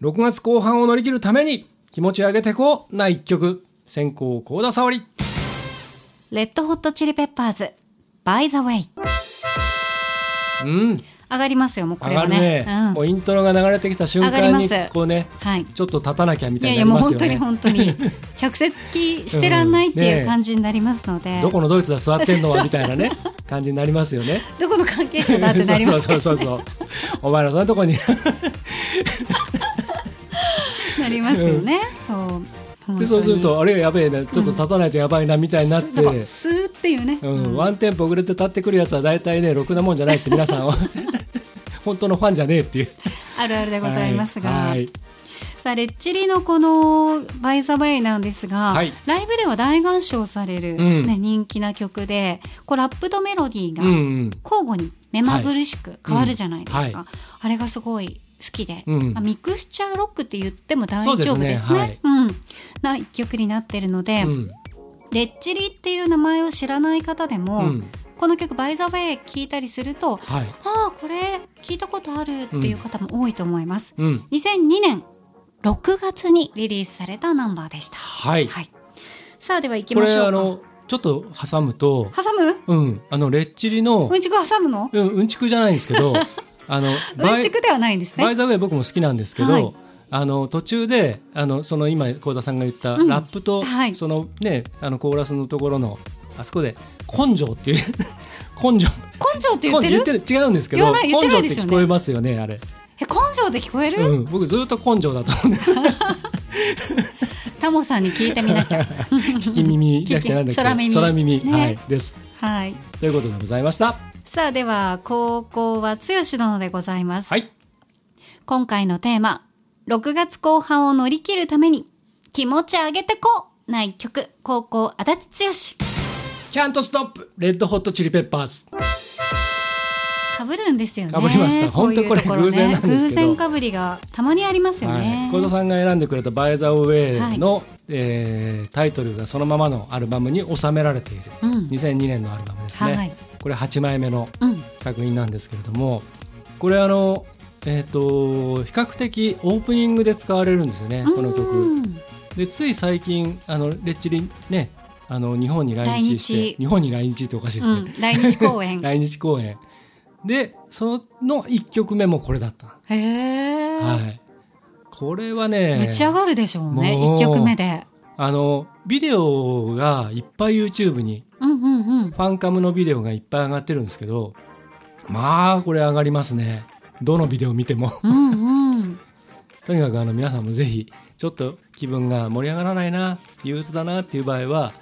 6月後半を乗り切るために気持ち上げてこうな一曲。先行、幸田沙織。
レッドホットチリペッパーズ、バイザウェイ。
うん、
上がりますよ、もうこ
上
れ
が
は
る
ね。
ね。も
う
うイントロが流れてきた瞬
上
間
がり
に
ます、
こうね、
ん。はい。
ちょっと立たなきゃみ
い
た
や
い
い
にな
や
り
もう
ます
本
よ
当に
ね。
本当に 着席してらんないって
うん
い
ね
う感じになりますので、
どこのドイツだ座ってん
そう
の
そう
はみたいなね、感じになりますよね。
どこの関係者だってなりますけ
そうそうそうそう。お前らそんなとこに。
どなりますよね。そう。
でそうすると、あれやべえな、ちょっと立たないとやばいなみたいになっ
本当になん
て
か。スーっていうね。
うん、ワンテンポ遅れて立ってくるやつは大体ねろくなもんじゃないって 皆さんは本当のファンじゃねえっていう
あるあるでございますが。
はい
さあレッチリのこの「バイ・ザ・ウェイ」なんですが、
はい
ライブでは大合唱される、
うん
ね人気な曲でこうラップとメロディーが
うんうん
交互に目まぐるしく変わるじゃないですか、
はい
あれがすごい好きで、
うん
まあ、ミクスチャーロックって言っても大
そうです
丈夫
ね
ですね
はい
うん、な一曲になってるので、
うん
レッチリっていう名前を知らない方で
う
も、
ん
この曲「バイ・ザ・ウェイ」聞いたりすると
はい
ああこれ聞いたことあるっていう方も多いと思います、
うん
2002年6月にリリースされたナンバーでした
はい
はい、さあでは行き
こ
ま
れ
しょうか
あのちょっと挟むと
挟む
うんあのレッチリの
うんちく挟むの
うんうんちくじゃないんですけ どあの
うんちくではないんです
バイ
ね
ザウェイ僕も好きなんですけど、
はい
あの途中であのその今幸田さんが言った
うん
ラップと、
はい
そのねあのコーラスのところのあそこで根性っていう 根性
根性って言って
根
る
性違うんですけ
言
ど
わない言って
根
な
性
い
っ
で
て
すよね
聞こえますよねあれ、
え根性で聞こえる、
うん、僕ずっと根性だと思 うんで
タモさんに聞いてみなき ゃ
聞き耳じゃなくてなんだっけ
空耳
空耳、
ね
はいです
はい
ということでございました
さあでは高校は剛殿でございます、
はい
今回のテーマ6月後半を乗り切るために気持ち上げてこうな一曲高校足立剛
キャントストップレッドホットチリペッパーズ
かぶるんですよね
被りました
ういうとろね
本当これ偶然なんですけど
偶然かぶりがたまにありますよね、
幸田さんが選んでくれた「バイザウェイの」えータイトルがそのままのアルバムに収められている
うん
2002年のアルバムですね、
はい
これ8枚目の
うん
作品なんですけれどもこれあのえっ、と比較的オープニングで使われるんですよねこの曲
うん
でつい最近あのレッチリねあの日本に来日して
来
日
日
本に来日っておかしいです
う
ね、
ん、来日公 演
来日公演でその1曲目もこれだった、
へえ、
はいこれはね
ぶち上がるでしょうね
もう
一曲目で
あのビデオがいっぱい YouTube に
うんうんうん
ファンカムのビデオがいっぱい上がってるんですけどまあこれ上がりますねどのビデオ見ても
うんうん
とにかくあの皆さんもぜひちょっと気分が盛り上がらないな憂鬱だなっていう場合は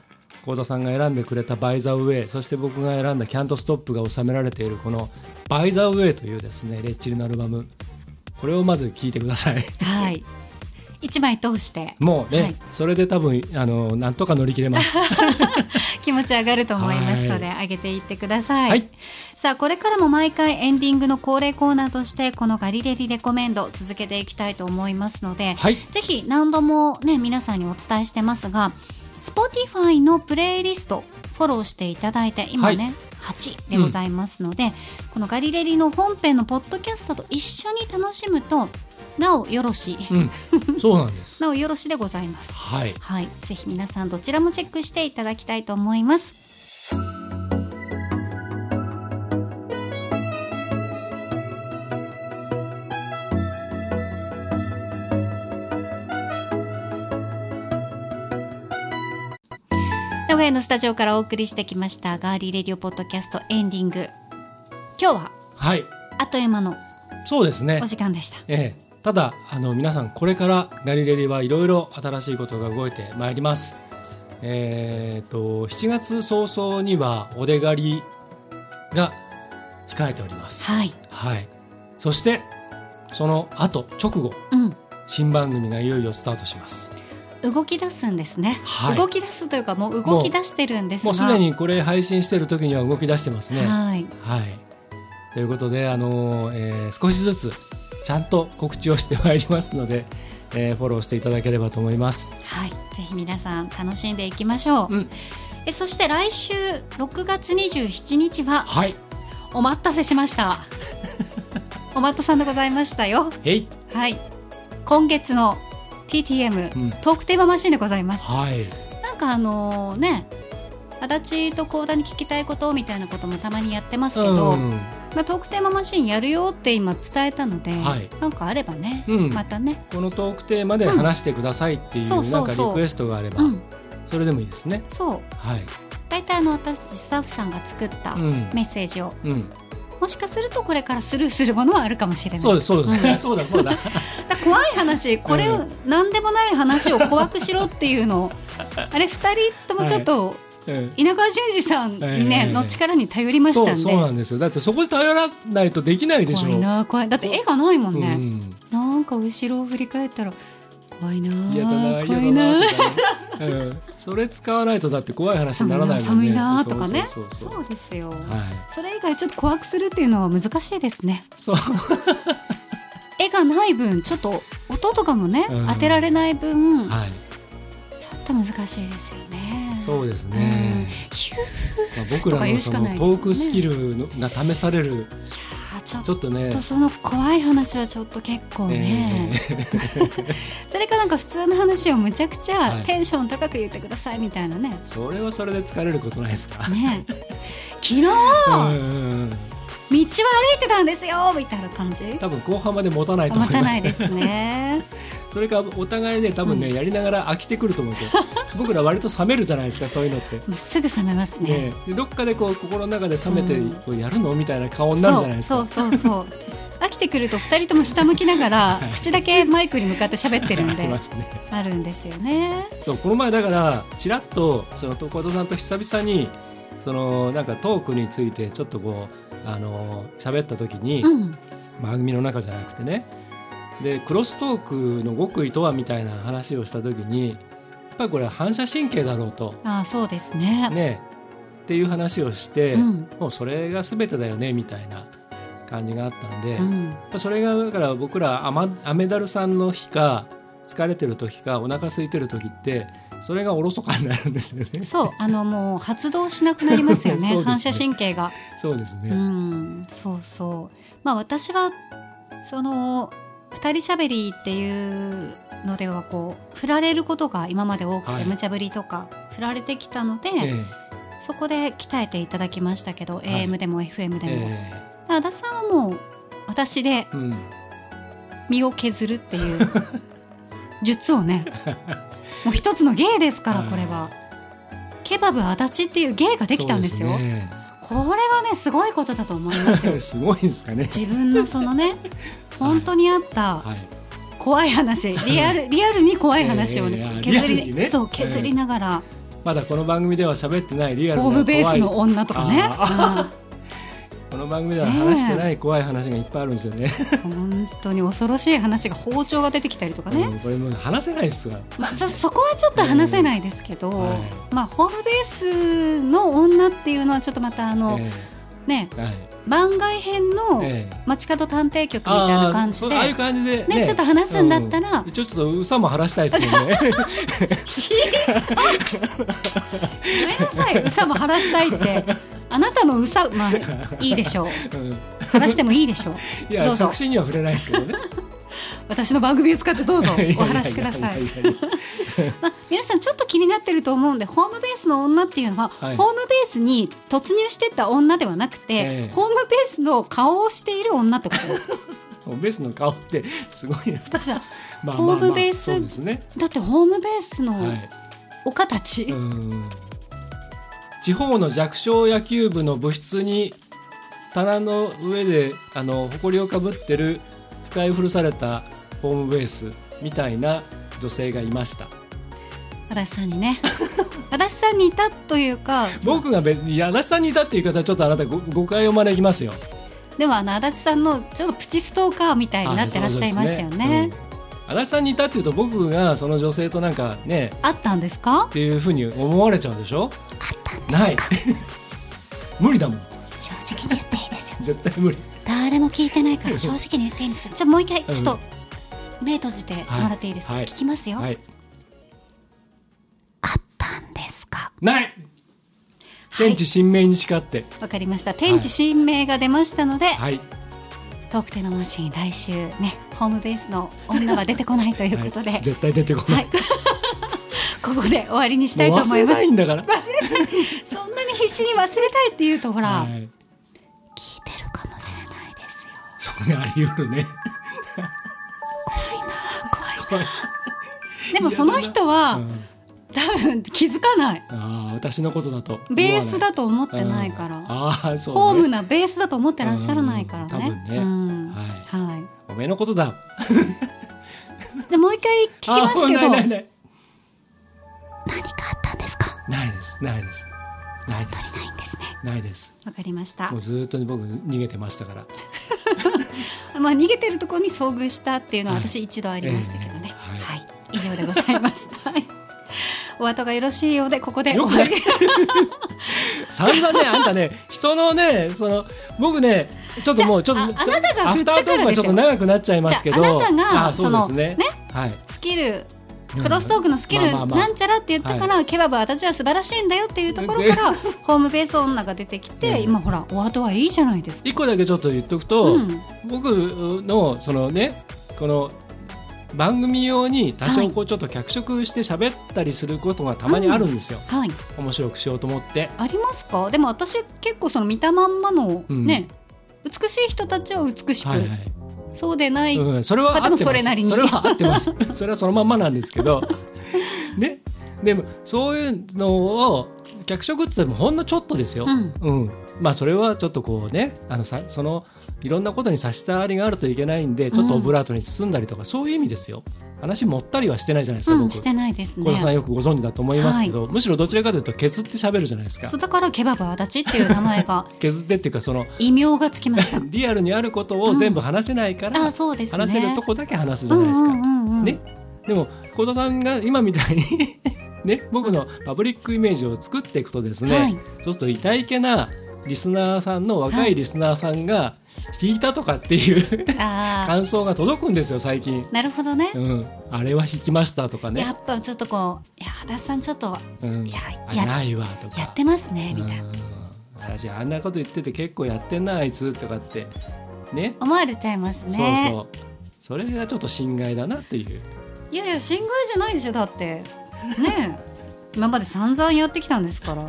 幸田さんが選んでくれた「バイ・ザ・ウェイ」そして僕が選んだ「キャント・ストップ」が収められているこの「バイ・ザ・ウェイ」というですねレッチリのアルバムこれをまず聴いてください
はい一枚通して
もうね、
はい
それで多分あのなんとか乗り切れ ます
気持ち上がると思いますので上げていってください、
はい
さあこれからも毎回エンディングの恒例コーナーとしてこの「ガリレリレコメンド」続けていきたいと思いますので、
はい
ぜひ何度もね皆さんにお伝えしてますが Spotify のプレイリストフォローしていただいて今ね、8でございますので、この「ガリレリ」の本編のポッドキャストと一緒に楽しむとなおよろし、
うん、そうなんで す
なおよろしでございます。
はい
はい、ぜひ皆さんどちらもチェックしていただきたいと思います。名古屋のスタジオからお送りしてきましたガーリーレディオポッドキャストエンディング。今日は
はい
あっという間の
そうですね
お時間でした。
ええ、ただあの皆さんこれからガリレリはいろいろ新しいことが動いてまいります。えー、と7月早々にはお出がりが控えております。
はい、
はい。そしてその後直後
うん、
新番組がいよいよスタートします。
動き出すんですね。
はい
動き出すというかもう動き出してるんですが、
もうすでにこれ配信してる時には動き出してますね。
はい、
はい。ということで、あのーえー少しずつちゃんと告知をしてまいりますので、えーフォローしていただければと思います。
はい、ぜひ皆さん楽しんでいきましょう。
うん
え、そして来週6月27日は
はい。
お待たせしま した。お待たさんでございましたよ。
へい。
はい、今月の TTM、
うん
トークテーママシンでございます。
はい。
なんかあのね。足立と幸田に聞きたいことみたいなこともたまにやってますけど、
うん
まあ、トークテーママシンやるよって今伝えたので、
はい
なんかあればね、
うん
またね、
このトークテーマで
うん
話してくださいっていう、
そうそうそう
なんかリクエストがあれば、
うん、
それでもいいですね。
そう
はい。
大体あの私たちスタッフさんが作った
うん。
メッセージを
うん。
もしかするとこれからスルーするものはあるかもしれない
そうです。そうです。
う
そうだ。 そうだ。
だ怖い話これを何でもない話を怖くしろっていうのをあれ2人ともちょっと
うん
稲川淳二さんに
はいはいは
ね
い
の力に頼りまし
そ
た
うんそうな
で
んですよ。だってそこで頼らないとできないでしょ。
怖いな怖いだって絵がないもん
う
ね
ん。
なんか後ろを振り返ったら怖いな
嫌だな
怖
嫌だ
いな
なとかね、うん、それ使わないとだって怖い話にならないもんね
寒いな寒いなとかね
そうそうそう
そうですよ
はい
それ以外ちょっと怖くするっていうのは難しいですね
そう
絵がない分ちょっと音とかもね、
うん
当てられない分、
はい、
ちょっと難しいですよね。
そうですね、
ヒュー
まあ、僕ら
とか言
の
うし
そ
か
の
ないですよね
トークスキルのが試される
あーちょっ
ちょっとね
とその怖い話はちょっと結構ね、
えー
それかなんか普通の話をむちゃくち
は
ゃ
い
テンション高く言ってくださいみたいなね。
それはそれで疲れることないですか、
ね昨日、
うんうんうん
道を歩いてたんですよみたいな感じ
多分後半まで持たないと思
持
います
たないですね
それかお互いね多分ね、
う
やりながら飽きてくると思 うんですよ僕ら割と冷めるじゃないですかそういうのって。
もうすぐ冷めますね
ね、でどっかでこう心の中で冷めて
うん
こうやるのみたいな顔になるじゃない
そう
ですか、
そうそうそう飽きてくると二人とも下向きながら、
はい
口だけマイクに向かって喋ってるん
あり
で
ますね
あるんですよね
そうこの前だからちらっとその徳田さんと久々にそのなんかトークについてちょっとこうあの喋った時に、
うん
番組の中じゃなくてねでクロストークの極意とはみたいな話をした時にやっぱりこれは反射神経だろうと
ああそうですね
ねっていう話をして、
うん
もうそれが全てだよねみたいな感じがあったんで、
う
やっ
ん
ぱそれがだから僕らアマアメダルさんの日か疲れてる時かお腹空いてる時ってそれがおろそかになるんです よね。
そうあのもう発動しなくなりますよ
そ
ね
うですね
反射神経が
そうですね、
うんそうそうまあ私はその二人しゃべりっていうのではこう振られることが今まで多くて、
はい
無茶ぶりとか振られてきたので、
ええ
そこで鍛えていただきましたけど、
い
AM でも FM でも、
え
足田さんはもう私で
えうん、
身を削るって いう術をねもう一つの芸ですから
はい
これは、ケバブ足立っていう芸ができたんですよ
そうね
これはねすごいことだと思います よ
すごいですかね。
自分のそのね本当にあった
はい、
怖い話リアルリアルに怖い話を
いやい
ね
や
削
リアル
り
にね
そう削りながら
まだこの番組では喋ってないリアルな
ホー
怖
ム
い
ベースの女とかねうん
この番組では話してない怖い話がいっぱいあるんですよね。
本当に恐ろしい話が包丁が出てきたりとかね、
うんこ れもう話せないっすわ。
まあ、そそこはちょっと話せないですけど、
は
まあ、ホームベースの女っていうのはちょっとまたあの、
え
ね
えはい
番外編の
ええ
街角探偵局みたいな感じ
あーそ
で、
うああいう感じで
ねちょっと話すんだったら
うちょっとうさも晴らしたいですも んね
ごめんなさい、うさも晴らしたいって、あなたのうさ、まあ、いいでしょう、
うん
晴らしてもいいでしょう、
い
ど
や
うぞ
確信には触れないですけど ね
私の番組を使ってどうぞ、
いやいや
お話しください。
ややや
まあ、皆さんちょっと気になってると思うんでホームベースの女っていうのは、
はい
ホームベースに突入してった女ではなくて、
ええ
ホームベースの顔をしている女ってことです
ベースの顔ってすごいな
だ から
まあ
ホームベース
まあまあそうですね
だってホームベースの
はい
お方ち、
うん地方の弱小野球部の部室に棚の上であの埃をかぶってる使い古されたホームベースみたいな女性がいました
足立さんにね足立さんにいたというか
僕が別に足立さんにいたっていう言い方はちょっとあなたご誤解を招きますよ
でもあの足立さんのちょっとプチストーカーみたいになってらっしゃいましたよねあ
あそうですうん足立さんにいたっていうと僕がその女性となんかね
ったんですか
っていうふうに思われちゃうでしょ
あったん
ない無理だもん
正直に言っていいですよ
絶対無理
誰も聞いてないから正直に言っていいんですよちょもう一回ちょっと目閉じてもらっていいですか、
はいはい
聞きますよ、
はい
あったんですか
ない天地神明に誓って
わかりました天地神明が出ましたので、
はい
トークテーママシーン来週ねホームベースの女は出てこないということで、
はい絶対出てこな
は
い、
いここで終わりにしたいと思
もう忘
い
れ
ます
ないんだから、
そんなに必死に忘れたいって言うとほら、
はい、
聞いてるかもしれないですよ
それあり得るね
あ怖いなでもその人は、
うん
多分気づかない
ああ私のことだと
ベースだ
と
と思ってないから、
ああそう、ね、
ホームなベースだと思ってらっしゃらないから
うん多
ね
分。ね
うん
はい
は
おめえのことだ
い。でもう一回聞きますけど、
あーな
何
いないない
かあったんですか。
ないですないですないで
本
す
当にないんですね。
ないです
わかりました
もう。ずーっと僕逃げてましたから
まあ逃げてるところに遭遇したっていうのは
はい
私一度ありましたけどね。
ええ
は。
はい
以上でございます。はい。お後がよろしいようでここで終
よく
わ
ない
り。
散々ねあんたね人のねその僕ねちょっともうちょっと
ああなたが振
ア
っ
フタ
たか
ートーク
ら
が
で
ち
す
ょっと
よ
長くなっちゃいますけど
じゃああなたが
あそうですね
そのね
はい
スキル
うん
クロストークのスキル
まあまあまあ
なんちゃらって言ったから、ケバブは私は素晴らしいんだよっていうところから ホームベース女が出てきて、
うん
今ほらお後はいいじゃないですか。
一個だけちょっと言っとくと、
うん、
僕のそのねこの番組用に多少こうちょっと脚色して喋ったりすることがたまにあるんですよ、
はい
面白くしようと思って
ありますかでも私結構その見たまんまの
うん
ね、美しい人たちは美しく、
はいはい、
そうでない、
うん、それは合って
まあ
ま
ですもそれなりに
それは合ってます それはそのまんまなんですけどねでもそういうのを脚色っつってもほんのちょっとですよ、
うん
うん、まあそれはちょっとこうねあのさそのいろんなことに差し障りがあるといけないんでちょっとオブラートに包んだりとか、そういう意味ですよ話持ったりはしてないじゃないですか、
うん、
僕
してないです
小田さん
ね。
よくご存知だと思いますけど、むしろどちらかというと削って喋るじゃないですか
そうだからケバブは足立っていう名前 が
削ってっていうかその
異名がつきま した。
リアルにあることを全部話せないから、
あそうですね。
話せるとこだけ話すじ
う
ゃ
ん
ないですか、
うんうんうん
ねでも小田さんが今みたいに ね僕のパブリックイメージを作っていくとですね、
はい
そうすると痛いけなリスナーさんの若いリスナーさんが引いたとかっていう、
あ
感想が届くんですよ最近
ー、なるほどね。
うん、あれは引きましたとか
や
ね、
っぱちょっとこう「いや足立さんちょっと
うん
いや、
あ
や
ないわとか
やってますね」みたいな
うん私あんなこと言ってて結構やってんなあいつとかってね
思われちゃいますね
そうそうそれがちょっと侵害だなっていう
いやいや心外じゃないでしょだ ってねえ今まで散々やってきたんですからいい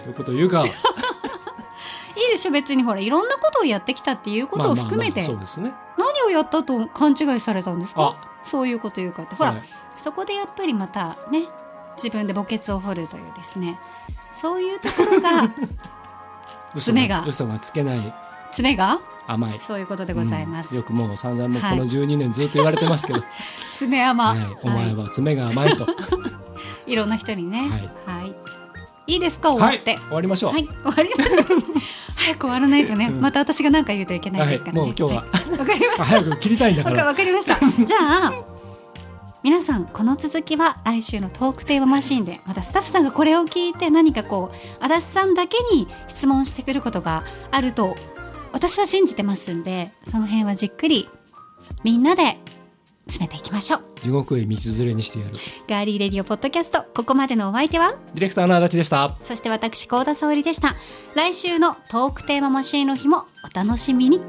そういうことを言うか
でしょ別にほらいろんなことをやってきたっていう ことを含めて
まあまあまあそうですね
何をやったと勘違いされたんですか
あ
そういうこと言うかってほら、
はい
そこでやっぱりまたね自分で墓穴を掘るというですねそういうところ が爪が
嘘がつけない
爪が
甘い
そういうことでございます、
うんよくもう散々もう
は
こ
い
の12年ずっと言われて ますけど、
爪山、
はいお前は爪が甘いとはい
ろんな人にね。はい。い、いですか
い、
終わって。
終わりましょう、
はい、終わりま しょう。早く終わらないとね、
うん
また私が何か言うといけないですからね。
はいもう今日はい
わかりまし
あ早く切りたいんだ
た。
か
わからわかりました。 じゃあ。皆さんこの続きは来週のトークテーママシーンでまたスタッフさんがこれを聞いて何かこう足立さんだけに質問してくることがあると私は信じてますんでその辺はじっくりみんなで詰めていきましょう
地獄へ道連れにしてやる
ガーリーレディオポッドキャストここまでのお相手は
ディレクターの足立でした
そして私、高田沙織でした。来週のトークテーママシーンの日もお楽しみに。